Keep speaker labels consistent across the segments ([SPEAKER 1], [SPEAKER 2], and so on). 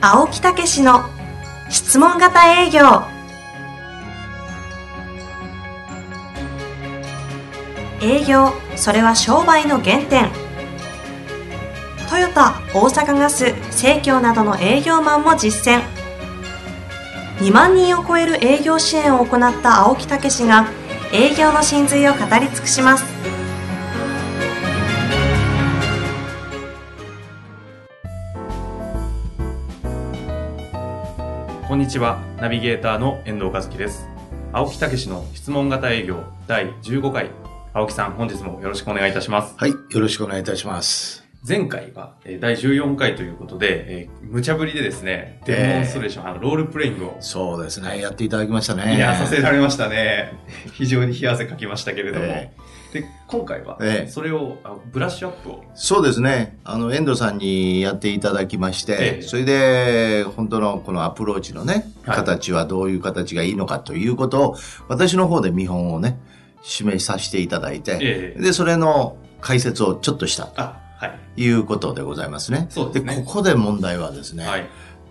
[SPEAKER 1] 青木武の質問型営業営業それは商売の原点トヨタ大阪ガス生協などの営業マンも実践2万人を超える営業支援を行った青木武が営業の真髄を語り尽くします
[SPEAKER 2] こんにちは、ナビゲーターの遠藤和樹です。青木武の質問型営業第15回。青木さん、本日もよろしくお願いいたします。
[SPEAKER 3] はい、よろしくお願いいたします。
[SPEAKER 2] 前回はえー第14回ということで、えー無茶ぶりでですね、デモンストレーション、あのロールプレイングを、
[SPEAKER 3] そうですね、やっていただきましたね。
[SPEAKER 2] いや、させられましたね。非常に冷や汗かきましたけれども。
[SPEAKER 3] え
[SPEAKER 2] で、今回は、
[SPEAKER 3] ええ
[SPEAKER 2] それを、あブラッシュアップを。
[SPEAKER 3] そうですね、あの、遠藤さんにやっていただきまして、
[SPEAKER 2] ええ
[SPEAKER 3] それで、本当のこのアプローチのね、
[SPEAKER 2] はい
[SPEAKER 3] 形はどういう形がいいのかということを、私の方で見本をね、示させていただいて、
[SPEAKER 2] ええ
[SPEAKER 3] で、それの解説をちょっとしたと
[SPEAKER 2] あ、はい。
[SPEAKER 3] いうことでございますね。
[SPEAKER 2] そうですね
[SPEAKER 3] ここで問題はですね、
[SPEAKER 2] はい。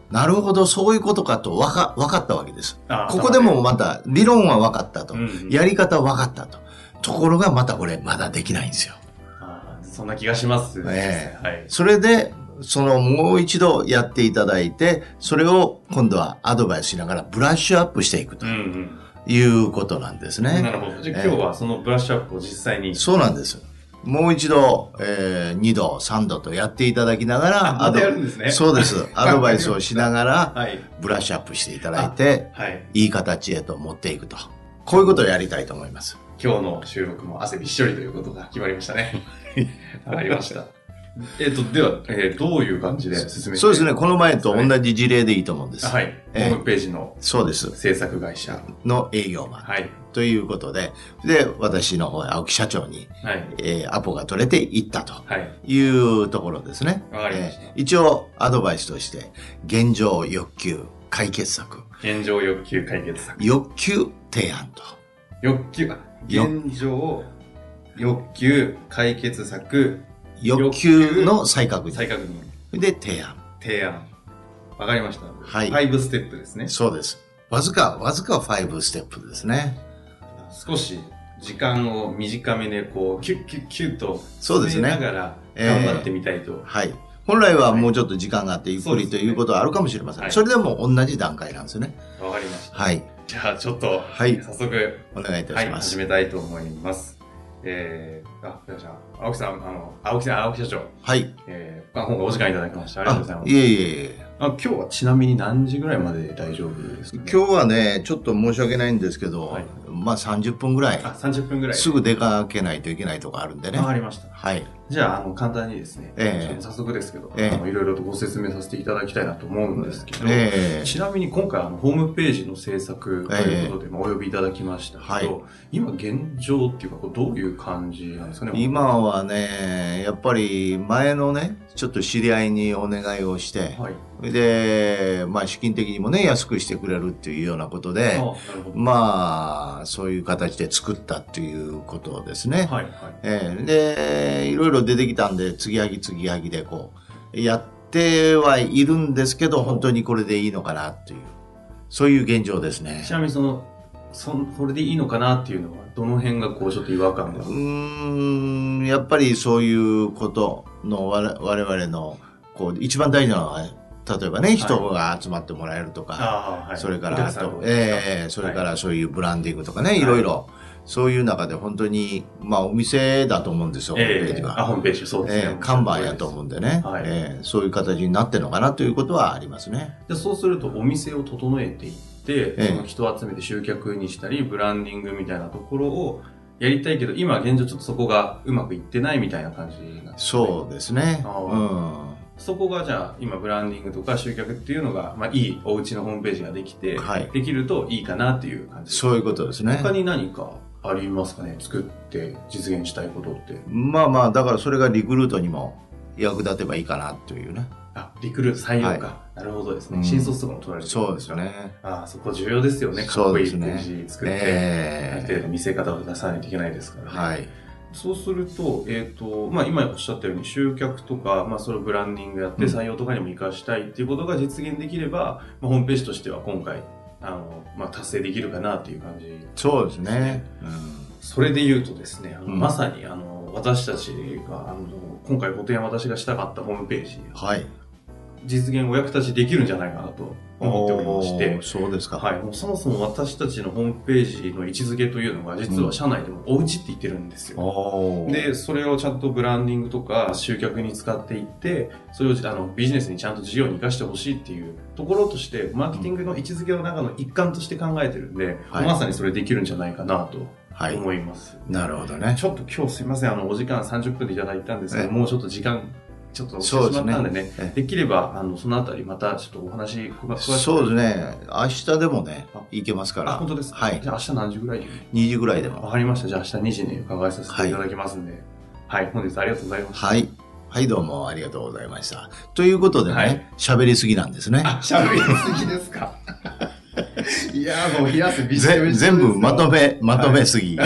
[SPEAKER 3] なるほど、そういうことかとわか、わかったわけです。
[SPEAKER 2] あ
[SPEAKER 3] ここでも、また、理論はわかったと。
[SPEAKER 2] うんうん
[SPEAKER 3] やり方分かったと。ところがまたこれまだできないんですよ。
[SPEAKER 2] あそんな気がします、
[SPEAKER 3] え
[SPEAKER 2] はい。
[SPEAKER 3] それで、そのもう一度やっていただいて、それを今度はアドバイスしながらブラッシュアップしていくと
[SPEAKER 2] うんうん。
[SPEAKER 3] いうことなんです
[SPEAKER 2] な
[SPEAKER 3] ね。
[SPEAKER 2] るほど。じゃあ
[SPEAKER 3] ええ
[SPEAKER 2] 今日はそのブラッシュアップを実際に。
[SPEAKER 3] そうなんです。もう一度、えー、2度、3度とやっていただきながら、
[SPEAKER 2] あまた
[SPEAKER 3] アド
[SPEAKER 2] やるんですね
[SPEAKER 3] そうです。アドバイスをしながら、
[SPEAKER 2] はい。
[SPEAKER 3] ブラッシュアップしていただいて、
[SPEAKER 2] はい。
[SPEAKER 3] いい形へと持っていくと。こういうことをやりたいと思います。
[SPEAKER 2] 今日の収録も汗びっしょりということが決まりました ね。わかりました。えっ、と、では、えーどういう感じで進めて
[SPEAKER 3] そうですね。この前と同じ事例でいいと思うんです。
[SPEAKER 2] はい。ホ
[SPEAKER 3] ええ
[SPEAKER 2] ームページの
[SPEAKER 3] そうです。
[SPEAKER 2] 制作会社。
[SPEAKER 3] の営業マン。
[SPEAKER 2] はい。
[SPEAKER 3] ということで、で、私の方、青木社長に、
[SPEAKER 2] はい。
[SPEAKER 3] えーアポが取れて行ったと
[SPEAKER 2] はい。
[SPEAKER 3] いうところですね。
[SPEAKER 2] わかりました
[SPEAKER 3] えー一応、アドバイスとして、現状欲求解決策、
[SPEAKER 2] 現状欲求解決策。
[SPEAKER 3] 欲求提案と。
[SPEAKER 2] 欲求、あ
[SPEAKER 3] よ
[SPEAKER 2] 現状欲求解決策
[SPEAKER 3] 欲求の再確
[SPEAKER 2] 再
[SPEAKER 3] 認。
[SPEAKER 2] 確認
[SPEAKER 3] で、提案。
[SPEAKER 2] 提案。わかりました。
[SPEAKER 3] はい
[SPEAKER 2] 5ステップですね。
[SPEAKER 3] そうです。わずか、わずか5ステップですね。
[SPEAKER 2] 少し時間を短めでこうキュッキュッキュッと
[SPEAKER 3] そうです
[SPEAKER 2] 詰
[SPEAKER 3] ね
[SPEAKER 2] めながら
[SPEAKER 3] ええ
[SPEAKER 2] 頑張ってみたいと、
[SPEAKER 3] はい。本来はもうちょっと時間があって、ゆっくり
[SPEAKER 2] そうで
[SPEAKER 3] と
[SPEAKER 2] すね
[SPEAKER 3] いうことはあるかもしれません。
[SPEAKER 2] はい
[SPEAKER 3] それでも同じ段階なんですよね。
[SPEAKER 2] わかりました
[SPEAKER 3] はい。
[SPEAKER 2] じゃあちょっと、
[SPEAKER 3] はい
[SPEAKER 2] 早速、
[SPEAKER 3] お願いいた
[SPEAKER 2] は
[SPEAKER 3] し
[SPEAKER 2] い、
[SPEAKER 3] ます。
[SPEAKER 2] 始めたいと思いますえー、あじゃあ青木さんあの青木さん青木社長、
[SPEAKER 3] はい。
[SPEAKER 2] えー、本がお時間いただきましてありがとうございます
[SPEAKER 3] いえいえいえ。
[SPEAKER 2] あ今日はちなみに何時ぐらいまでで大丈夫ですか、ね、
[SPEAKER 3] 今日はね、ちょっと申し訳ないんですけど、
[SPEAKER 2] はい
[SPEAKER 3] まあ30分ぐらい、
[SPEAKER 2] あ30分ぐらい
[SPEAKER 3] すぐ出かけないといけないとこあるんでね。
[SPEAKER 2] わか
[SPEAKER 3] はい。
[SPEAKER 2] りましたじゃあ、あの、簡単にですね、ち
[SPEAKER 3] ええ
[SPEAKER 2] ょっと早速ですけど、
[SPEAKER 3] ええ
[SPEAKER 2] あのいろいろとご説明させていただきたいなと思うんですけど、
[SPEAKER 3] ええ
[SPEAKER 2] ちなみに今回、あの、ホームページの制作ということで、まあお呼びいただきましたけど、
[SPEAKER 3] はい
[SPEAKER 2] 今現状っていうか、こうどういう感じなんですかね
[SPEAKER 3] 今はね、やっぱり前のね、ちょっと知り合いにお願いをして、
[SPEAKER 2] はい。
[SPEAKER 3] で、まあ資金的にもね、安くしてくれるっていうようなこと
[SPEAKER 2] あ
[SPEAKER 3] で、
[SPEAKER 2] なるほど。
[SPEAKER 3] まあ、そういう形で作ったっていうことですね。
[SPEAKER 2] はい、はい。
[SPEAKER 3] ええで、いろいろ出てきたんで、継ぎはぎ継ぎはぎでこう、やってはいるんですけど、本当にこれでいいのかなっていう、そういう現状ですね
[SPEAKER 2] ち。なみにその、そんこれでいいのかなっていうのは、どの辺がこう、ちょっと違和感が
[SPEAKER 3] う。ーん、やっぱりそういうことの我々我々の、こう、一番大事なのは、例えばね、人が集まってもらえるとか、
[SPEAKER 2] ああ、はい。
[SPEAKER 3] それか
[SPEAKER 2] お
[SPEAKER 3] ら、
[SPEAKER 2] 客
[SPEAKER 3] あ
[SPEAKER 2] さんの
[SPEAKER 3] と
[SPEAKER 2] 方、ですか
[SPEAKER 3] ええそれか
[SPEAKER 2] は
[SPEAKER 3] らそういうブランディングとかね、い、ろいろ、そういう中で本当に、まあお店だと思うんですよ、ホームペー
[SPEAKER 2] え
[SPEAKER 3] ジ
[SPEAKER 2] え
[SPEAKER 3] は。
[SPEAKER 2] あ、ホームページ、そうですね。
[SPEAKER 3] えー、看板やと思うんでね、
[SPEAKER 2] はい
[SPEAKER 3] えーそういう形になってるのかなということはありますね。
[SPEAKER 2] でそうするとお店を整えていって、
[SPEAKER 3] ええ
[SPEAKER 2] その人を集めて集客にしたりブランディングみたいなところをやりたいけど今現状ちょっとそこがうまくいってないみたいな感じなんですね
[SPEAKER 3] そうですね。
[SPEAKER 2] あ
[SPEAKER 3] うん。
[SPEAKER 2] そこがじゃあ今ブランディングとか集客っていうのが、まあ、いいお家のホームページができて、
[SPEAKER 3] はい
[SPEAKER 2] できるといいかなっていう感じです
[SPEAKER 3] そういうことですね
[SPEAKER 2] 他。に何かありますかね作って実現したいことって
[SPEAKER 3] まあまあ、だからそれがリクルートにも役立てばいいかなというね。
[SPEAKER 2] あリクルート採用か、
[SPEAKER 3] は
[SPEAKER 2] なるほどです
[SPEAKER 3] う
[SPEAKER 2] ね
[SPEAKER 3] ん
[SPEAKER 2] 新卒とかも取られてる
[SPEAKER 3] そうですよね。
[SPEAKER 2] ああそこ重要ですよねかっこいいペ
[SPEAKER 3] そうですね
[SPEAKER 2] ージ作って、ある
[SPEAKER 3] え
[SPEAKER 2] 程度見せ方を出さないといけないですからね。
[SPEAKER 3] ーはい。
[SPEAKER 2] そうすると,、えーとまあ、今おっしゃったように集客とか、まあ、それをブランディングやって
[SPEAKER 3] うん
[SPEAKER 2] 採用とかにも活かしたいっていうことが実現できれば、まあ、ホームページとしては今回あの、まあ、達成できるかなっていう感じ
[SPEAKER 3] そうですね。
[SPEAKER 2] それで言うとですねあの
[SPEAKER 3] うん
[SPEAKER 2] まさにあの私たちがあの今回ご提案私がしたかったホームページ
[SPEAKER 3] はい。
[SPEAKER 2] 実現お役立ちできるんじゃないかなと思っておりまして
[SPEAKER 3] おーそうですか。
[SPEAKER 2] はい、もうそもそも私たちのホームページの位置づけというのが実は社内でもおうちって言ってるんですよ、
[SPEAKER 3] おー
[SPEAKER 2] でそれをちゃんとブランディングとか集客に使っていってそれをあのビジネスにちゃんと事業に生かしてほしいっていうところとしてマーケティングの位置づけの中の一環として考えてるんで、
[SPEAKER 3] はい
[SPEAKER 2] まさにそれできるんじゃないかなと
[SPEAKER 3] はい。
[SPEAKER 2] 思います、
[SPEAKER 3] なるほどね。
[SPEAKER 2] ちょっと今日すいませんあのお時間30分でいただいたんですけ
[SPEAKER 3] え
[SPEAKER 2] ど
[SPEAKER 3] え
[SPEAKER 2] もうちょっと時間ちょっと押し
[SPEAKER 3] そう
[SPEAKER 2] て
[SPEAKER 3] で
[SPEAKER 2] しま
[SPEAKER 3] す
[SPEAKER 2] っ
[SPEAKER 3] ね
[SPEAKER 2] たんでね
[SPEAKER 3] ええ
[SPEAKER 2] できればあのそのあたりまたちょっとお話詳しく
[SPEAKER 3] そうですね。明日でもね
[SPEAKER 2] あ、
[SPEAKER 3] 行けますか
[SPEAKER 2] あ
[SPEAKER 3] ら
[SPEAKER 2] 本。当ですか
[SPEAKER 3] はい
[SPEAKER 2] じゃあ明日何時ぐらいに
[SPEAKER 3] 2時ぐらいで
[SPEAKER 2] わ
[SPEAKER 3] も。
[SPEAKER 2] かりました。じゃあ明日2時に伺いさせていただきますんで。はい、本日ありがとうございました。
[SPEAKER 3] はい。はい、どうもありがとうございました。ということで
[SPEAKER 2] はい
[SPEAKER 3] ね、喋、りすぎなんですね。
[SPEAKER 2] あ、しゃべりすぎです か。いやーもう冷やすび
[SPEAKER 3] ぜ全部まとめ、まとめすぎ。
[SPEAKER 2] め。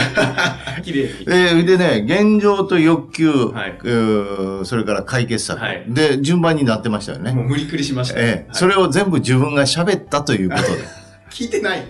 [SPEAKER 2] 綺麗に。
[SPEAKER 3] えーでね、現状と欲求、
[SPEAKER 2] はい
[SPEAKER 3] えーそれから解決策、
[SPEAKER 2] はい
[SPEAKER 3] で、順番になってましたよね。
[SPEAKER 2] もう無理くりしました。
[SPEAKER 3] えー
[SPEAKER 2] はい
[SPEAKER 3] それを全部自分が喋ったというこ とで、
[SPEAKER 2] 聞いてない。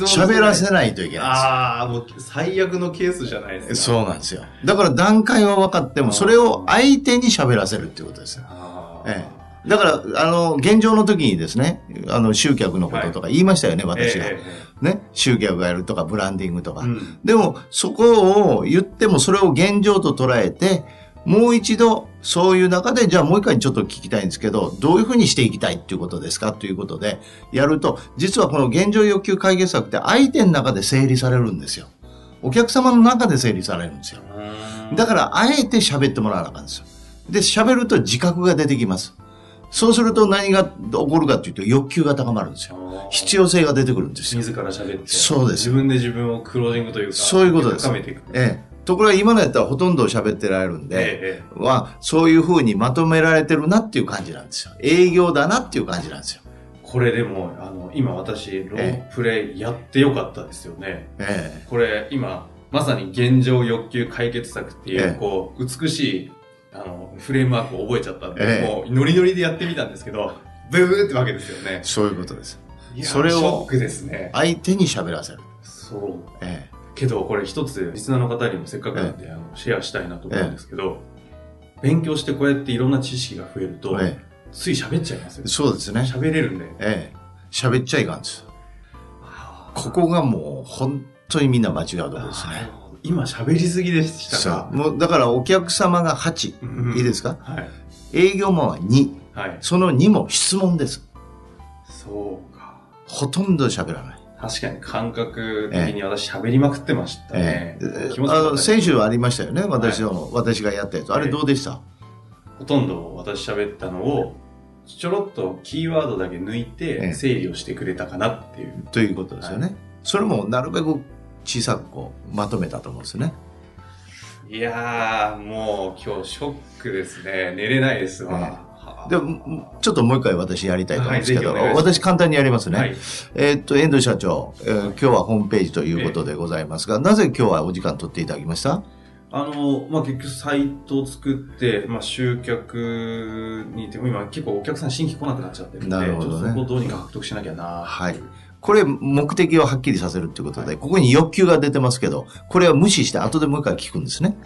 [SPEAKER 3] 喋ら
[SPEAKER 2] い。
[SPEAKER 3] せないといけな
[SPEAKER 2] ああ、もう最悪のケースじゃない
[SPEAKER 3] い
[SPEAKER 2] で
[SPEAKER 3] です。
[SPEAKER 2] すか。う。
[SPEAKER 3] そうなんですよ。だから段階は分かっても、それを相手に喋らせるっていうことですよ。
[SPEAKER 2] あ
[SPEAKER 3] えだから、あの、現状の時にですね、あの、集客のこととか言いましたよね、
[SPEAKER 2] ー
[SPEAKER 3] 私が。
[SPEAKER 2] え
[SPEAKER 3] ね、集客がやるとか、ブランディングとか。
[SPEAKER 2] ーうん
[SPEAKER 3] でも、そこを言ってもそれを現状と捉えて、もう一度、そういう中で、じゃあもう一回ちょっと聞きたいんですけど、どういうふうにしていきたいっていうことですかということで、やると、実はこの現状欲求解決策って相手の中で整理されるんですよ。お客様の中で整理されるんですよ。だから、あえて喋ってもらわなあかんですよ。で、喋ると自覚が出てきます。そうすると何が起こるかというと欲求が高まるんですよ。必要性が出てくるんですよ。
[SPEAKER 2] 自ら喋って。
[SPEAKER 3] そうです
[SPEAKER 2] 自分で自分をクロージングというか。
[SPEAKER 3] そういうことです
[SPEAKER 2] 高めていく。
[SPEAKER 3] ええ。ところが今のやったらほとんど喋ってられるんで、
[SPEAKER 2] ええ
[SPEAKER 3] は、そういうふうにまとめられてるなっていう感じなんですよ。営業だなっていう感じなんですよ。
[SPEAKER 2] これでもあの今私ロープレイやってよかったですよね、
[SPEAKER 3] え
[SPEAKER 2] これ今まさに現状欲求解決策っていう、
[SPEAKER 3] ええ
[SPEAKER 2] こう美しいあのフレームワークを覚えちゃったんで、
[SPEAKER 3] ええ
[SPEAKER 2] もうノリノリでやってみたんですけどブーブーってわけですよね
[SPEAKER 3] え。そういうことです。
[SPEAKER 2] いや
[SPEAKER 3] それを
[SPEAKER 2] ショックですね
[SPEAKER 3] 相手に喋らせる。
[SPEAKER 2] そう
[SPEAKER 3] え
[SPEAKER 2] けどこれ一つリスナーの方にもせっかくなんで、あのシェアしたいなと思うんですけど、勉強してこうやっていろんな知識が増える
[SPEAKER 3] え
[SPEAKER 2] と、
[SPEAKER 3] え
[SPEAKER 2] つい喋っちゃいますよ
[SPEAKER 3] え。そうですね。
[SPEAKER 2] 喋れるんで
[SPEAKER 3] ええ。喋っちゃいかんです。ここがもう本当にみんな間違うところです
[SPEAKER 2] あ
[SPEAKER 3] ね。
[SPEAKER 2] ー今喋りすぎでした
[SPEAKER 3] そ
[SPEAKER 2] か
[SPEAKER 3] う。もうだからお客様が8。いいですすか
[SPEAKER 2] はい。
[SPEAKER 3] 営業マンは2。
[SPEAKER 2] はい。
[SPEAKER 3] その2も質問です。
[SPEAKER 2] そうか。
[SPEAKER 3] ほとんど喋らない。
[SPEAKER 2] 確かに感覚的に私喋りまくってましたね。
[SPEAKER 3] ええ
[SPEAKER 2] 気持ちよかっ
[SPEAKER 3] あ
[SPEAKER 2] た
[SPEAKER 3] の
[SPEAKER 2] です
[SPEAKER 3] 先週ありましたよね、私の、私がやったやつ。あれどうでした、
[SPEAKER 2] ほとんど私喋ったのを、ちょろっとキーワードだけ抜い
[SPEAKER 3] え
[SPEAKER 2] て
[SPEAKER 3] え
[SPEAKER 2] 整理をしてくれたかなっていう。
[SPEAKER 3] ということですよね。それもなるべく小さくこうまとめたと思うんですよね。
[SPEAKER 2] いやー、もう今日ショックですね。寝れないです
[SPEAKER 3] ええ
[SPEAKER 2] わ。
[SPEAKER 3] でもちょっともう一回私やりたいと思うんですけ
[SPEAKER 2] は
[SPEAKER 3] ど、
[SPEAKER 2] いぜひお願いします
[SPEAKER 3] 私簡単にやりますね。
[SPEAKER 2] はい。
[SPEAKER 3] えーっと、遠藤社長、えー今日はホームページということでございますが、なぜ今日はお時間取っていただきました
[SPEAKER 2] あの、まあ、結局サイトを作って、まあ、集客にでも今結構お客さん新規来なくなっちゃってるんで、
[SPEAKER 3] なるほどね
[SPEAKER 2] ちょっとそこをどうにか獲得しなきゃな
[SPEAKER 3] はい
[SPEAKER 2] ってう
[SPEAKER 3] これ、目的をはっきりさせるということで、ここに欲求が出てますけど、これは無視して後でもう一回聞くんですね。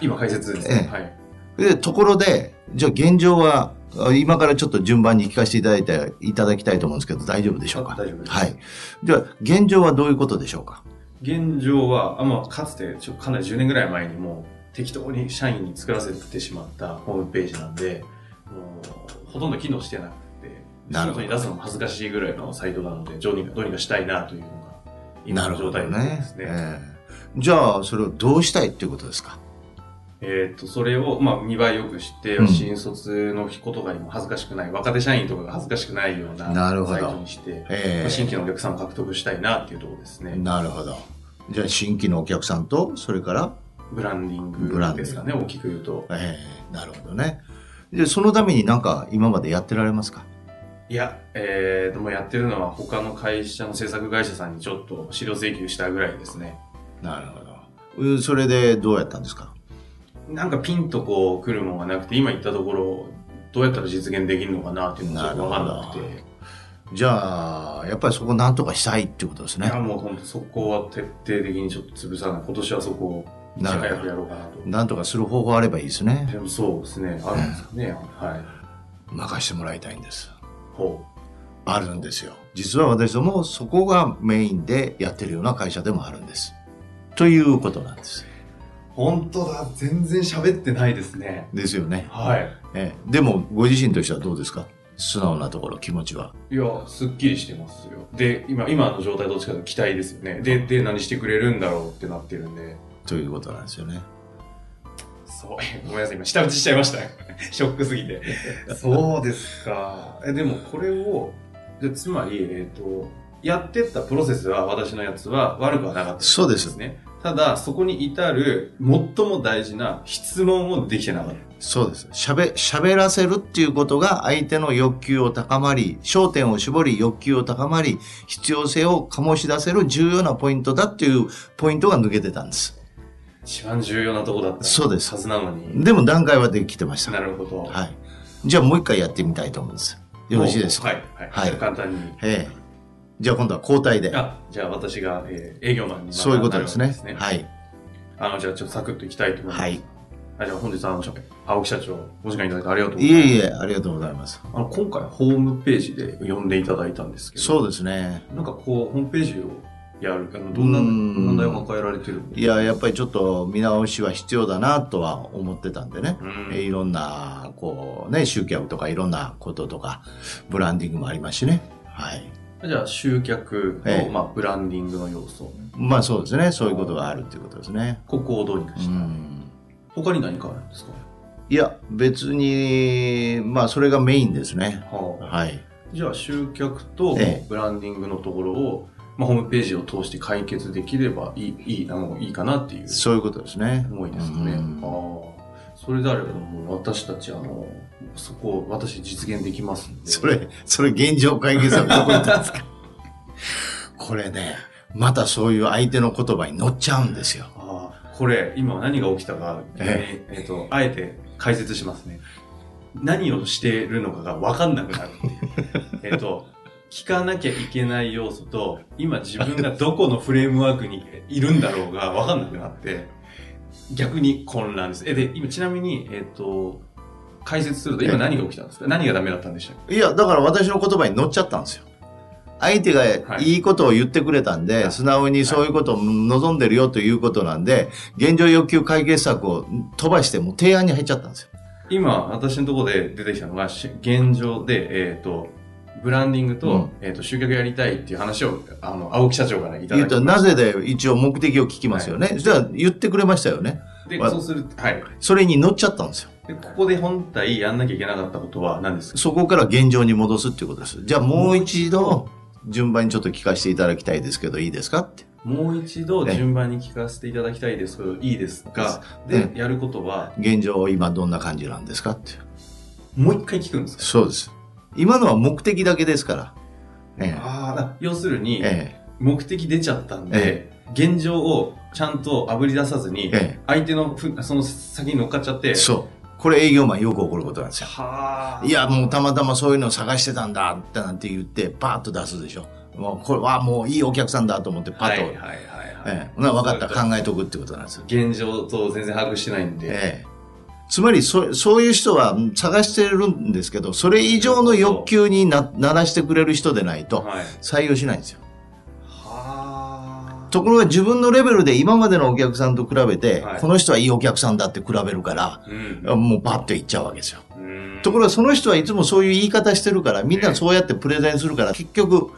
[SPEAKER 2] 今解説ですね
[SPEAKER 3] え。え
[SPEAKER 2] はい。
[SPEAKER 3] で、ところで、じゃあ現状は、あ今からちょっと順番に聞かせていただいて、いただきたいと思うんですけど、大丈夫でしょうか
[SPEAKER 2] あ大丈夫です
[SPEAKER 3] はい。では、現状はどういうことでしょうか
[SPEAKER 2] 現状は、あまあ、かつてちょかなり10年ぐらい前にもう適当に社員に作らせてしまったホームページなんで、もうほとんど機能してなくて、
[SPEAKER 3] なるほど
[SPEAKER 2] 外に出すのも恥ずかしいぐらいのサイトなので、どうにかどうにかしたいなというのが今の状態ですね。
[SPEAKER 3] ええじゃあ、それをどうしたいっていうことですか
[SPEAKER 2] えーっと、それを、まあ、見栄え良くして、
[SPEAKER 3] うん
[SPEAKER 2] 新卒の子とかにも恥ずかしくない、若手社員とかが恥ずかしくないような
[SPEAKER 3] なるほど
[SPEAKER 2] サイトにして、
[SPEAKER 3] え
[SPEAKER 2] まあ
[SPEAKER 3] え
[SPEAKER 2] 新規のお客さんを獲得したいなっていうところですね。
[SPEAKER 3] なるほど。じゃあ、新規のお客さんと、それから、
[SPEAKER 2] ブランディン
[SPEAKER 3] ブラン
[SPEAKER 2] グで
[SPEAKER 3] ディング
[SPEAKER 2] すかね、大きく言うと。
[SPEAKER 3] ええなるほどね。で、そのためになんか今までやってられますか
[SPEAKER 2] いや、えー、でもやってるのは他の会社の制作会社さんにちょっと資料請求したぐらいですね。
[SPEAKER 3] なるほど。うんそれでどうやったんですか
[SPEAKER 2] なんかピンとこう来るものがなくて、今言ったところ、どうやったら実現できるのかなっていうのがちょっとわかんなく
[SPEAKER 3] なる
[SPEAKER 2] て。
[SPEAKER 3] じゃあ、やっぱりそこなんとかしたいってことです
[SPEAKER 2] い
[SPEAKER 3] ね
[SPEAKER 2] や、。もう本当そこは徹底的にちょっと潰さない。今年はそこを、いち
[SPEAKER 3] なる
[SPEAKER 2] 早
[SPEAKER 3] ほ
[SPEAKER 2] く
[SPEAKER 3] ど
[SPEAKER 2] やろうかなと。
[SPEAKER 3] なんとかする方法あればいいですね。
[SPEAKER 2] でもそうですね。あるんですかね。はい。
[SPEAKER 3] 任してもらいたいんです。
[SPEAKER 2] ほ
[SPEAKER 3] あるんですよ。実は私どもそこがメインでやってるような会社でもあるんです。ということなんです。
[SPEAKER 2] う。本当だ。全然喋ってないですね。
[SPEAKER 3] ですよね。
[SPEAKER 2] はい。
[SPEAKER 3] ええでも、ご自身としてはどうですか素直なところ、気持ちは。
[SPEAKER 2] いや、すっきりしてますよ。で、今、今の状態どっちかというと期待ですよね。で、で、何してくれるんだろうってなってるんで。
[SPEAKER 3] ということなんですよね。
[SPEAKER 2] そう。 ごめんなさい、今、下打ちしちゃいました。 ショックすぎて。 そうですか。え、でもこれを、でつまり、えっ、と、やってったプロセスは、私のやつは悪くはなかった、
[SPEAKER 3] そうです
[SPEAKER 2] ね。ただ、そこに至る、最も大事な質問をできてなかった。
[SPEAKER 3] そうです。喋、喋らせるっていうことが相手の欲求を高まり、焦点を絞り、欲求を高まり、必要性を醸し出せる重要なポイントだっていうポイントが抜けてたんです。
[SPEAKER 2] 一番重要なとこだった。
[SPEAKER 3] そうです
[SPEAKER 2] はずなのに。
[SPEAKER 3] でも段階はできてました。
[SPEAKER 2] なるほど。
[SPEAKER 3] はい。じゃあもう一回やってみたいと思うんです。よろしいですか
[SPEAKER 2] はい、はい。
[SPEAKER 3] はい
[SPEAKER 2] じゃあ簡単に。
[SPEAKER 3] ええ。じゃあ今度は交代で。
[SPEAKER 2] あ、じゃあ私が、えー営業マンに
[SPEAKER 3] そういうことです
[SPEAKER 2] な
[SPEAKER 3] ね
[SPEAKER 2] るわけ
[SPEAKER 3] はい。
[SPEAKER 2] あの、じゃあちょっとサクッといきたいと思います。
[SPEAKER 3] はい。
[SPEAKER 2] あじゃあ本日はあの、青木社長、お時間いただいてありがとうござい
[SPEAKER 3] い
[SPEAKER 2] ます。
[SPEAKER 3] えいえ、ありがとうございます。
[SPEAKER 2] あの今回ホームページで読んでいただいたんですけど、
[SPEAKER 3] そうですね。
[SPEAKER 2] なんかこう、ホームページをやる、あのどんな
[SPEAKER 3] うん
[SPEAKER 2] 問題を抱えられてるんで
[SPEAKER 3] いや、やっぱりちょっと見直しは必要だなとは思ってたんでね。
[SPEAKER 2] うん
[SPEAKER 3] えいろんな、こうね、集客とかいろんなこととか、ブランディングもありますしね。はい。
[SPEAKER 2] じゃあ集客の、
[SPEAKER 3] ええ
[SPEAKER 2] まあ、ブランディングの要素、
[SPEAKER 3] まあそうですね。そういうことがあるっていうことですね。
[SPEAKER 2] ここをどうにか
[SPEAKER 3] う
[SPEAKER 2] して、
[SPEAKER 3] ん。
[SPEAKER 2] 他に何かあるんですか、
[SPEAKER 3] いや、別に、まあそれがメインですね。
[SPEAKER 2] はあ
[SPEAKER 3] はい。
[SPEAKER 2] じゃあ集客と
[SPEAKER 3] ええ
[SPEAKER 2] ブランディングのところを、まあ、ホームページを通して解決できればいいいいあのいいかなっていう
[SPEAKER 3] そういうことですね。
[SPEAKER 2] 思いですかね。あ
[SPEAKER 3] うん
[SPEAKER 2] あそれであればもう私たちあのそこ私実現できますんで
[SPEAKER 3] それ、それ現状会議さんどこ行ったんですかこれね、またそういう相手の言葉に乗っちゃうんですよ。
[SPEAKER 2] ああこれ今何が起きたか、
[SPEAKER 3] え
[SPEAKER 2] えっとあえて解説しますね何をしてるのかが分かんなくなるっていう えっと聞かなきゃいけない要素と今自分がどこのフレームワークにいるんだろうが分かんなくなって逆に混乱ですえで今ちなみにえっ、と解説すると
[SPEAKER 3] え
[SPEAKER 2] 今
[SPEAKER 3] え
[SPEAKER 2] 何が起きたんですか何がダメだったんでしたっ
[SPEAKER 3] いや、だから私の言葉に乗っちゃったんですよ。相手が
[SPEAKER 2] はい
[SPEAKER 3] いいことを言ってくれたんで、
[SPEAKER 2] はい
[SPEAKER 3] 素直にそういうことを望んでるよということなんで、現状要求解決策を飛ばして、もう提案に入っちゃったんですよ。
[SPEAKER 2] け今私のところで出てきたのがし現状でえっ、とブランディングと,、
[SPEAKER 3] うん
[SPEAKER 2] えっと集客やりたいっていう話をあの青木社長からいただ
[SPEAKER 3] 言っ
[SPEAKER 2] き
[SPEAKER 3] たら
[SPEAKER 2] ま
[SPEAKER 3] なぜで一応目的を聞きますよね。じゃあ言ってくれましたよね。
[SPEAKER 2] で、
[SPEAKER 3] わ
[SPEAKER 2] そうすると、はい。
[SPEAKER 3] それに乗っちゃったんですよ。
[SPEAKER 2] で、ここで本体やんなきゃいけなかったことは何ですか
[SPEAKER 3] そこから現状に戻すっていうことです。じゃあもう一度、順番にちょっと聞かせていただきたいですけど、いいですかって。
[SPEAKER 2] もう一度
[SPEAKER 3] ええ
[SPEAKER 2] 順番に聞かせていただきたいですけど、いいですか
[SPEAKER 3] え
[SPEAKER 2] で、やることは、
[SPEAKER 3] 現状今どんな感じなんですかって。
[SPEAKER 2] もう一回聞くんですか
[SPEAKER 3] そうです。今のは目的だけですから。え
[SPEAKER 2] ああ、要する
[SPEAKER 3] え。
[SPEAKER 2] に、
[SPEAKER 3] え
[SPEAKER 2] 目的出ちゃったんで、現状をちゃんと炙り出さずに、
[SPEAKER 3] え
[SPEAKER 2] 相手のふその先に乗っかっちゃって、
[SPEAKER 3] え。そう。これ営業マンよく起こることなんですよ。
[SPEAKER 2] はあ。
[SPEAKER 3] いや、もうたまたまそういうのを探してたんだってなんて言って、パーッと出すでしょ。もうこれはもういいお客さんだと思ってパ
[SPEAKER 2] は
[SPEAKER 3] ッ
[SPEAKER 2] い
[SPEAKER 3] と。
[SPEAKER 2] はいはいはい。
[SPEAKER 3] ええ。な分かった、考えとくってことなんですよ。
[SPEAKER 2] 現状と全然把握してないんで、
[SPEAKER 3] ええ。つまりそ、そういう人はうん探してるんですけど、それ以上の欲求になならしてくれる人でないと
[SPEAKER 2] はい。
[SPEAKER 3] 採用しないんですよ。
[SPEAKER 2] はあ。
[SPEAKER 3] ところが自分のレベルで今までのお客さんと比べて、
[SPEAKER 2] はい
[SPEAKER 3] この人はいいお客さんだって比べるから、
[SPEAKER 2] うん。
[SPEAKER 3] もうバッといっちゃうわけですよ。
[SPEAKER 2] うん
[SPEAKER 3] ところがその人はいつもそういう言い方してるから、みんなそうやってプレゼンするから、結局、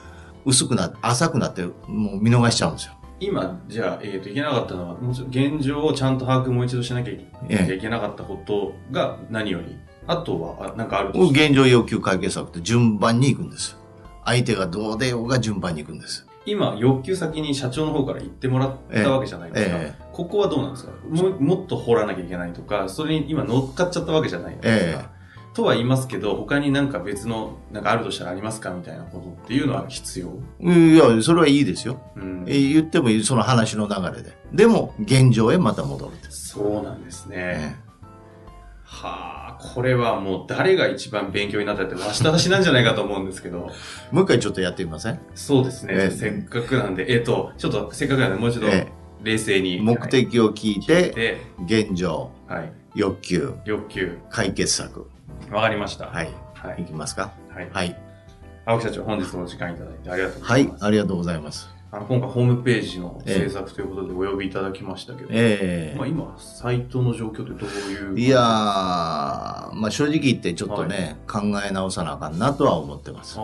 [SPEAKER 3] 薄くなって、浅くなって、もう見逃しちゃうんですよ。
[SPEAKER 2] 今、じゃあ、えっ、と、いけなかったのは、もちろん現状をちゃんと把握もう一度しなきゃい
[SPEAKER 3] ええ
[SPEAKER 2] けなかったことが何より、あとは、あなんかあると
[SPEAKER 3] 現状要求解決策って順番に行くんです。相手がどうでようが順番に行くんです。
[SPEAKER 2] 今、欲求先に社長の方から言ってもらったわけじゃないですか。
[SPEAKER 3] ええ
[SPEAKER 2] ここはどうなんですかもうもっと掘らなきゃいけないとか、それに今乗っかっちゃったわけじゃないですか。
[SPEAKER 3] え
[SPEAKER 2] とは言いますけど、他になんか別の、なんかあるとしたらありますかみたいなことっていうのは必要。
[SPEAKER 3] うんいや、それはいいですよ。
[SPEAKER 2] うん
[SPEAKER 3] え。ー言ってもいい、その話の流れで。でも、現状へまた戻ると。
[SPEAKER 2] そうなんですね。
[SPEAKER 3] え
[SPEAKER 2] はあ、これはもう誰が一番勉強になったって、わしただしなんじゃないかと思うんですけど。
[SPEAKER 3] ーもう一回ちょっとやってみません
[SPEAKER 2] そうですね。
[SPEAKER 3] ええ
[SPEAKER 2] せっかくなんで、えっ、と、ちょっとせっかくなんで、もう一度
[SPEAKER 3] え
[SPEAKER 2] 冷静に。
[SPEAKER 3] ー目的を聞いて、
[SPEAKER 2] で、
[SPEAKER 3] 現状、
[SPEAKER 2] はい。
[SPEAKER 3] 欲求、
[SPEAKER 2] 欲求。
[SPEAKER 3] 解決策。
[SPEAKER 2] わかりました。
[SPEAKER 3] はい。
[SPEAKER 2] はい
[SPEAKER 3] い。きますか。
[SPEAKER 2] はい。
[SPEAKER 3] はい。
[SPEAKER 2] 青木社長、本日もお時間いただいてありがとうござ
[SPEAKER 3] はいい
[SPEAKER 2] ま。す。
[SPEAKER 3] ありがとうございます。
[SPEAKER 2] あの今回、ホームページの
[SPEAKER 3] ええ
[SPEAKER 2] 制作ということでお呼びいただきましたけど、
[SPEAKER 3] え
[SPEAKER 2] まあ、
[SPEAKER 3] ー
[SPEAKER 2] 今、サイトの状況ってどういう。
[SPEAKER 3] いやー、まあ正直言ってちょっとね、考え直さなあかんなとは思ってます。
[SPEAKER 2] あ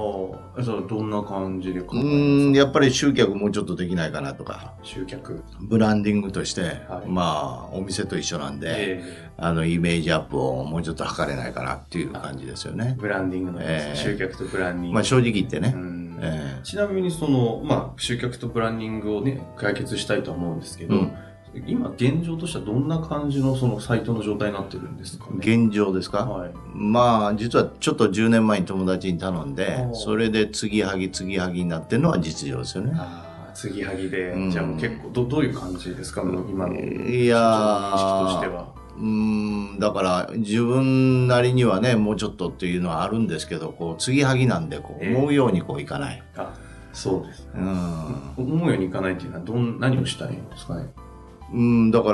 [SPEAKER 2] あ、それはどんな感じで考
[SPEAKER 3] う
[SPEAKER 2] え
[SPEAKER 3] ーん、
[SPEAKER 2] ます
[SPEAKER 3] やっぱり集客もうちょっとできないかなとか、
[SPEAKER 2] か集客。
[SPEAKER 3] ブランディングとして、
[SPEAKER 2] はい
[SPEAKER 3] まあお店と一緒なんで、
[SPEAKER 2] ええ
[SPEAKER 3] あのイメージアップをもうちょっと図れないかなっていう感じですよね。
[SPEAKER 2] ブランディングのですね、
[SPEAKER 3] ええ
[SPEAKER 2] 集客とブランディング。
[SPEAKER 3] まあ正直言ってね
[SPEAKER 2] う、ん
[SPEAKER 3] え
[SPEAKER 2] ちなみにその、まあ、集客とブランディングをね、解決したいとは思うんですけ
[SPEAKER 3] え
[SPEAKER 2] ど、今現状としてはどんな感じのそのサイトの状態になってるんですかね
[SPEAKER 3] 現状ですか、
[SPEAKER 2] はい。
[SPEAKER 3] まあ実はちょっと10年前に友達に頼んで
[SPEAKER 2] おー
[SPEAKER 3] それで継ぎはぎ継ぎはぎになってるのは実情ですよね。
[SPEAKER 2] ああ、継ぎはぎで、
[SPEAKER 3] うん
[SPEAKER 2] じゃあもう結構ど、どういう感じですか、今の。
[SPEAKER 3] い
[SPEAKER 2] い
[SPEAKER 3] や
[SPEAKER 2] 認識として
[SPEAKER 3] ー
[SPEAKER 2] は。
[SPEAKER 3] うーんだから自分なりにはねもうちょっとっていうのはあるんですけどこう継ぎはぎなんでこう
[SPEAKER 2] ええ
[SPEAKER 3] 思うようにこういかない。
[SPEAKER 2] あ、そうです。
[SPEAKER 3] うん
[SPEAKER 2] 思うようにいかないっていうのは、どん、何をしたいんですかね。
[SPEAKER 3] うん、だか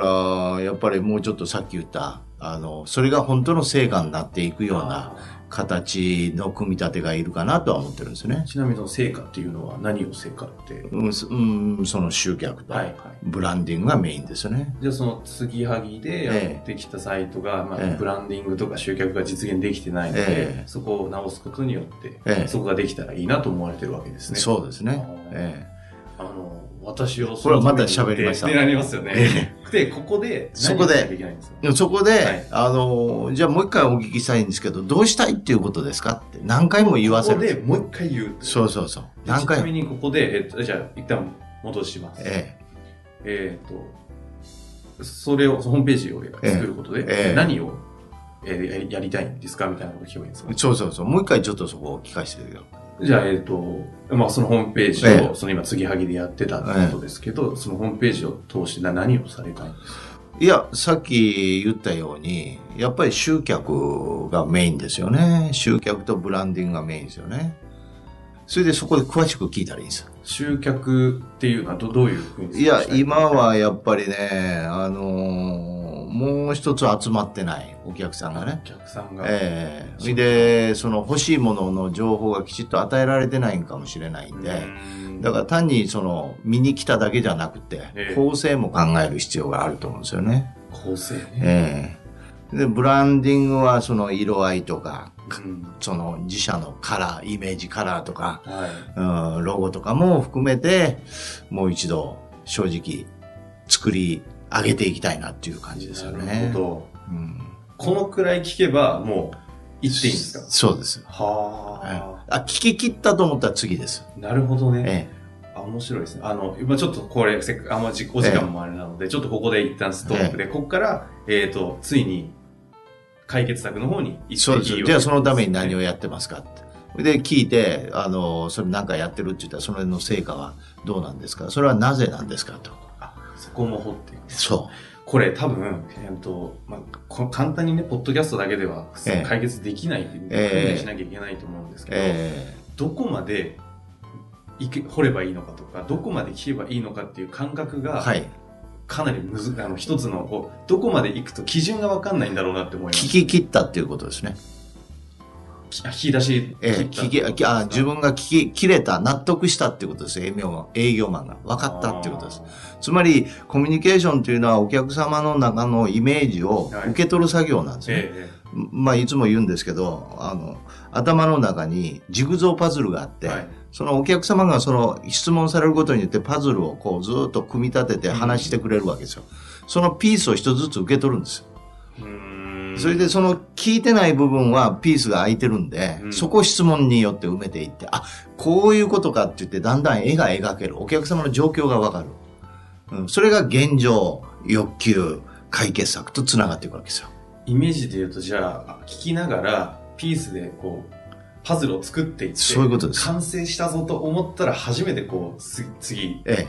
[SPEAKER 3] らやっぱりもうちょっとさっき言ったあのそれが本当の成果になっていくような
[SPEAKER 2] あ
[SPEAKER 3] 形の組み立てがいるかなとは思ってるんですね
[SPEAKER 2] ー。ちなみにその成果っていうのは何を成果って。
[SPEAKER 3] うんすうん、その集客と
[SPEAKER 2] はい、はい。
[SPEAKER 3] ブランディングがメインですよね。
[SPEAKER 2] じゃあその継ぎはぎでやってきたサイトが、まあ、
[SPEAKER 3] ええ
[SPEAKER 2] ブランディングとか集客が実現できてないので、
[SPEAKER 3] ええ
[SPEAKER 2] そこを直すことによって、
[SPEAKER 3] ええ
[SPEAKER 2] そこができたらいいなと思われてるわけですね。う。
[SPEAKER 3] そうですね
[SPEAKER 2] あー。
[SPEAKER 3] え
[SPEAKER 2] あの、私を
[SPEAKER 3] これはまた喋りました
[SPEAKER 2] ね。なりますよね
[SPEAKER 3] え。
[SPEAKER 2] で、ここで、
[SPEAKER 3] そこで
[SPEAKER 2] 何をしなきゃいけないんですか
[SPEAKER 3] えそこで、
[SPEAKER 2] はい
[SPEAKER 3] あのじゃあもう一回お聞きしたいんですけどどうしたいっていうことですかって何回も言わせる
[SPEAKER 2] ここでもう一回言う。
[SPEAKER 3] そうそうそう
[SPEAKER 2] で
[SPEAKER 3] 何回
[SPEAKER 2] ちなみ
[SPEAKER 3] も
[SPEAKER 2] にここで、えっと、じゃあ、一旦戻します。
[SPEAKER 3] え
[SPEAKER 2] えーっと、それを、そのホームページを作ることで、
[SPEAKER 3] ええ
[SPEAKER 2] 何を、えーやりやりたいんですかみたいなことを聞けばいいんですか
[SPEAKER 3] えそうそうそうもう一回ちょっとそこを聞かせてよ
[SPEAKER 2] じゃあ、えっ、と、まあ、そのホームページを、
[SPEAKER 3] え
[SPEAKER 2] その今、継ぎはぎでやってたってことですけど、そのホームページを通してな何をされたいんですか
[SPEAKER 3] いや、さっき言ったように、やっぱり集客がメインですよね。集客とブランディングがメインですよね。それでそこで詳しく聞いたらいいんですよ。
[SPEAKER 2] 集客っていうのはどどういうふうに
[SPEAKER 3] いや、今
[SPEAKER 2] あ
[SPEAKER 3] はやっぱりね、あのーもう一つ集まってないお客さんがね。
[SPEAKER 2] お客さんが、
[SPEAKER 3] ええそれで、その欲しいものの情報がきちっと与えられてないんかもしれないんで、
[SPEAKER 2] うん
[SPEAKER 3] だから単にその見に来ただけじゃなくて
[SPEAKER 2] ええ、
[SPEAKER 3] 構成も考える必要があると思うんですよね。
[SPEAKER 2] 構成ね。
[SPEAKER 3] ええでブランディングはその色合いとか
[SPEAKER 2] うん
[SPEAKER 3] その自社のカラーイメージカラーとか、
[SPEAKER 2] はい。
[SPEAKER 3] うん、ロゴとかも含めてもう一度正直作り上げていきたいなっていう感じですよね。
[SPEAKER 2] なるほど。
[SPEAKER 3] うん、
[SPEAKER 2] このくらい聞けば、もう、言っていいんですか
[SPEAKER 3] そうです。
[SPEAKER 2] は
[SPEAKER 3] あ聞き切ったと思ったら次です。
[SPEAKER 2] あ、なるほどね。
[SPEAKER 3] え
[SPEAKER 2] あ面白いですね。あの、今ちょっとこれ、せっかあんまじお時間もあれなので、ちょっとここで一旦ストップで、ここから、えっ、と、ついに解決策の方に
[SPEAKER 3] え、
[SPEAKER 2] 行
[SPEAKER 3] そう
[SPEAKER 2] っ
[SPEAKER 3] で
[SPEAKER 2] ていい
[SPEAKER 3] す。
[SPEAKER 2] よ
[SPEAKER 3] じゃあそのために何を
[SPEAKER 2] を
[SPEAKER 3] やってますかって。で聞いてあのそれなんかやってるって言ったらそれの成果はどうなんですかそれはなぜなんですかと。
[SPEAKER 2] そこも掘っていく。
[SPEAKER 3] そ
[SPEAKER 2] これ多分、えっ、と、まあ、こ簡単にね、ポッドキャストだけでは
[SPEAKER 3] ええ
[SPEAKER 2] 解決できない、訓
[SPEAKER 3] ええ
[SPEAKER 2] 練しなきゃいけないと思うんです
[SPEAKER 3] う。
[SPEAKER 2] けど、
[SPEAKER 3] ええ
[SPEAKER 2] どこまでいけ掘ればいいのかとか、どこまで聞けばいいのかっていう感覚が、
[SPEAKER 3] はい。
[SPEAKER 2] かなりむず、あの、一つの、こう、どこまで行くと基準がわかんないんだろうなって思います
[SPEAKER 3] 聞き切ったっていうことですね。
[SPEAKER 2] きあ引き出し
[SPEAKER 3] ええ、
[SPEAKER 2] 切
[SPEAKER 3] 聞
[SPEAKER 2] っ
[SPEAKER 3] き
[SPEAKER 2] た
[SPEAKER 3] あきあ自分が聞き切れた納得したっていうことです営業マン営業マンが分かったっていうことですつまりコミュニケーションというのはお客様の中のイメージを
[SPEAKER 2] はい
[SPEAKER 3] 受け取る作業なんですね、
[SPEAKER 2] えええ
[SPEAKER 3] まあいつも言うんですけどあの頭の中にジグゾーパズルがあっ
[SPEAKER 2] え
[SPEAKER 3] て、
[SPEAKER 2] はい
[SPEAKER 3] そのお客様がその質問されることによってパズルをこうずっと組み立てて話してくれるわけですよ、そのピースを一つずつ受け取るんです
[SPEAKER 2] うーん
[SPEAKER 3] それでその聞いてない部分はピースが空いてるんで、
[SPEAKER 2] うん
[SPEAKER 3] そこを質問によって埋めていって、あ、こういうことかって言ってだんだん絵が描ける。お客様の状況がわかる。うん、それが現状、欲求、解決策と繋がっていくわけですよ。
[SPEAKER 2] イメージで言うとじゃあ聞きながらピースでこう、パズルを作っていって、
[SPEAKER 3] そういうことです。
[SPEAKER 2] 完成したぞと思ったら初めてこう、す次、
[SPEAKER 3] ええ、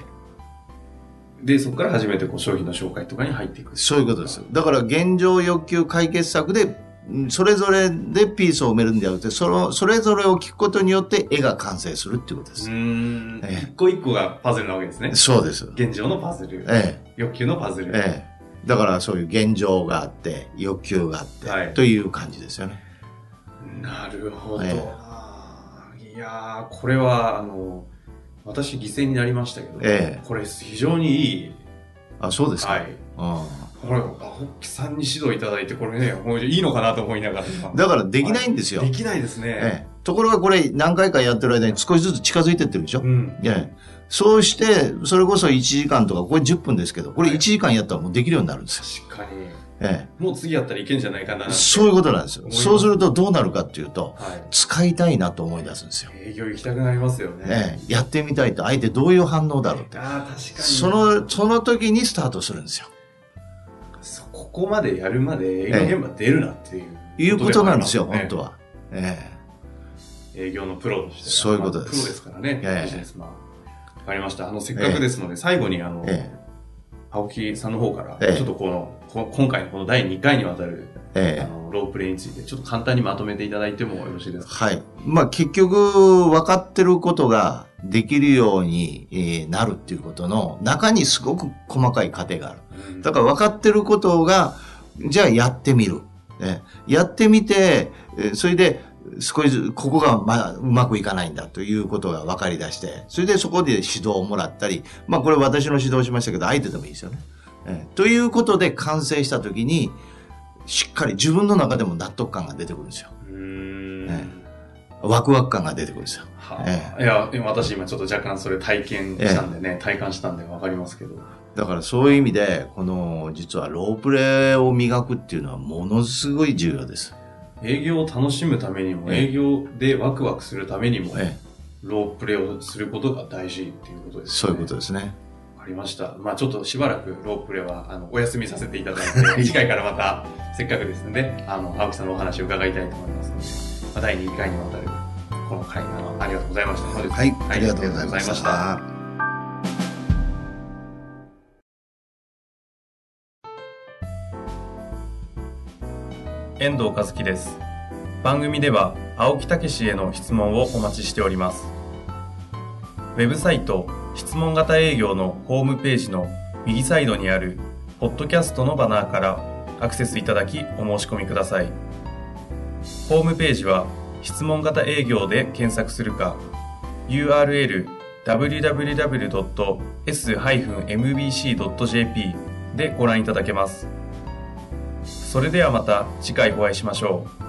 [SPEAKER 2] で、そこから初めてこう商品の紹介とかに入っていく。
[SPEAKER 3] そういうことです。だから現状欲求解決策で、うんそれぞれでピースを埋めるんじゃなくて、その、それぞれを聞くことによって絵が完成するっていうことで
[SPEAKER 2] う
[SPEAKER 3] す。
[SPEAKER 2] ーん。
[SPEAKER 3] ええ
[SPEAKER 2] 一個一個がパズルなわけですね。
[SPEAKER 3] そうです。
[SPEAKER 2] 現状のパズル、
[SPEAKER 3] え
[SPEAKER 2] 欲求のパズ
[SPEAKER 3] え、
[SPEAKER 2] ル。
[SPEAKER 3] ええ。だからそういう現状があって、欲求があって、
[SPEAKER 2] はい
[SPEAKER 3] という感じですよね。
[SPEAKER 2] なるほど。
[SPEAKER 3] ええ
[SPEAKER 2] いやー、これは、あの、私犠牲になりましたけど、
[SPEAKER 3] ええ
[SPEAKER 2] これ非常にいい。
[SPEAKER 3] あ、そうですか。
[SPEAKER 2] はい。
[SPEAKER 3] う
[SPEAKER 2] これ、青木さんに指導いただいて、これね、もういいのかなと思いながら今
[SPEAKER 3] ん。だからできないんですよ。
[SPEAKER 2] できないですね。
[SPEAKER 3] ええ、ところがこれ何回かやってる間に少しずつ近づいてってるでしょ、
[SPEAKER 2] うん。
[SPEAKER 3] ええ、そうしてそれこそ1時間とかこれ10分ですけどこれ1時間やったらもうできるようになるんですよ、
[SPEAKER 2] 確かに。
[SPEAKER 3] え
[SPEAKER 2] もう次やったらいけんじゃないかな
[SPEAKER 3] え、。そういうことなんですよ
[SPEAKER 2] 思います
[SPEAKER 3] そうするとどうなるかっていうと
[SPEAKER 2] はい。
[SPEAKER 3] 使いたいなと思い出すんですよ、
[SPEAKER 2] 営業行きたくなりますよね。
[SPEAKER 3] ええ、やってみたいと相手どういう反応だろうって
[SPEAKER 2] ああ、確かに。
[SPEAKER 3] そ、のその時にスタートするんですよ
[SPEAKER 2] そここまでやるまで営業現場出るなっていう。
[SPEAKER 3] いうことなんですよ
[SPEAKER 2] ことでもあり
[SPEAKER 3] 本
[SPEAKER 2] ま
[SPEAKER 3] 当は、え
[SPEAKER 2] 営業のプロとして。
[SPEAKER 3] そういうことです
[SPEAKER 2] まあプロですからね。
[SPEAKER 3] ええ
[SPEAKER 2] ビジネスマン。わかりました。あの、せっかくですので、最後に、あの
[SPEAKER 3] え、え
[SPEAKER 2] 青木さんの方から、
[SPEAKER 3] ええ
[SPEAKER 2] ちょっとこの、こ今回のこの第2回にわたる、
[SPEAKER 3] えええ
[SPEAKER 2] あの、ロープレイについて、ちょっと簡単にまとめていただいてもよろしいですか
[SPEAKER 3] はい。まあ結局分かってることができるようにえーなるっていうことの中にすごく細かい過程がある。だから分かってることが、じゃあやってみる。ねやってみて、えーそれで少しずつここがまあうまくいかないんだということが分かり出して、それでそこで指導をもらったり、まあこれ私の指導をしましたけど、相手でもいいですよね。えーということで完成した時に、しっかり自分の中でも納得感が出てくるんですよ。
[SPEAKER 2] うーん。
[SPEAKER 3] えワクワク感が出てくるんですよ。
[SPEAKER 2] はあいや、今私今ちょっと若干それ体験したんでね、体感したんでわかりますけど。
[SPEAKER 3] だからそういう意味で、この、実はロープレイを磨くっていうのはものすごい重要です。
[SPEAKER 2] 営業を楽しむためにも、
[SPEAKER 3] ええ
[SPEAKER 2] 営業でワクワクするためにも、
[SPEAKER 3] え
[SPEAKER 2] ロープレイをすることが大事っていうことです、ね。
[SPEAKER 3] そういうことですね。
[SPEAKER 2] わかりました。まあちょっとしばらくロープレはあのお休みさせていただい て、次回からまたせっかくですので、あの、青木さんのお話を伺いたいと思いますので、まあ、第2回にわたるこの回、あの、ありがとうございました。本日
[SPEAKER 3] はい、ありがとうございま
[SPEAKER 2] ありがとうございま
[SPEAKER 3] し
[SPEAKER 2] した
[SPEAKER 3] た。
[SPEAKER 2] 遠藤和樹です番組では青木武氏への質問をお待ちしておりますウェブサイト質問型営業のホームページの右サイドにあるポッドキャストのバナーからアクセスいただきお申し込みくださいホームページは質問型営業で検索するか URL www.s-mbc.jp でご覧いただけますそれではまた次回お会いしましょう。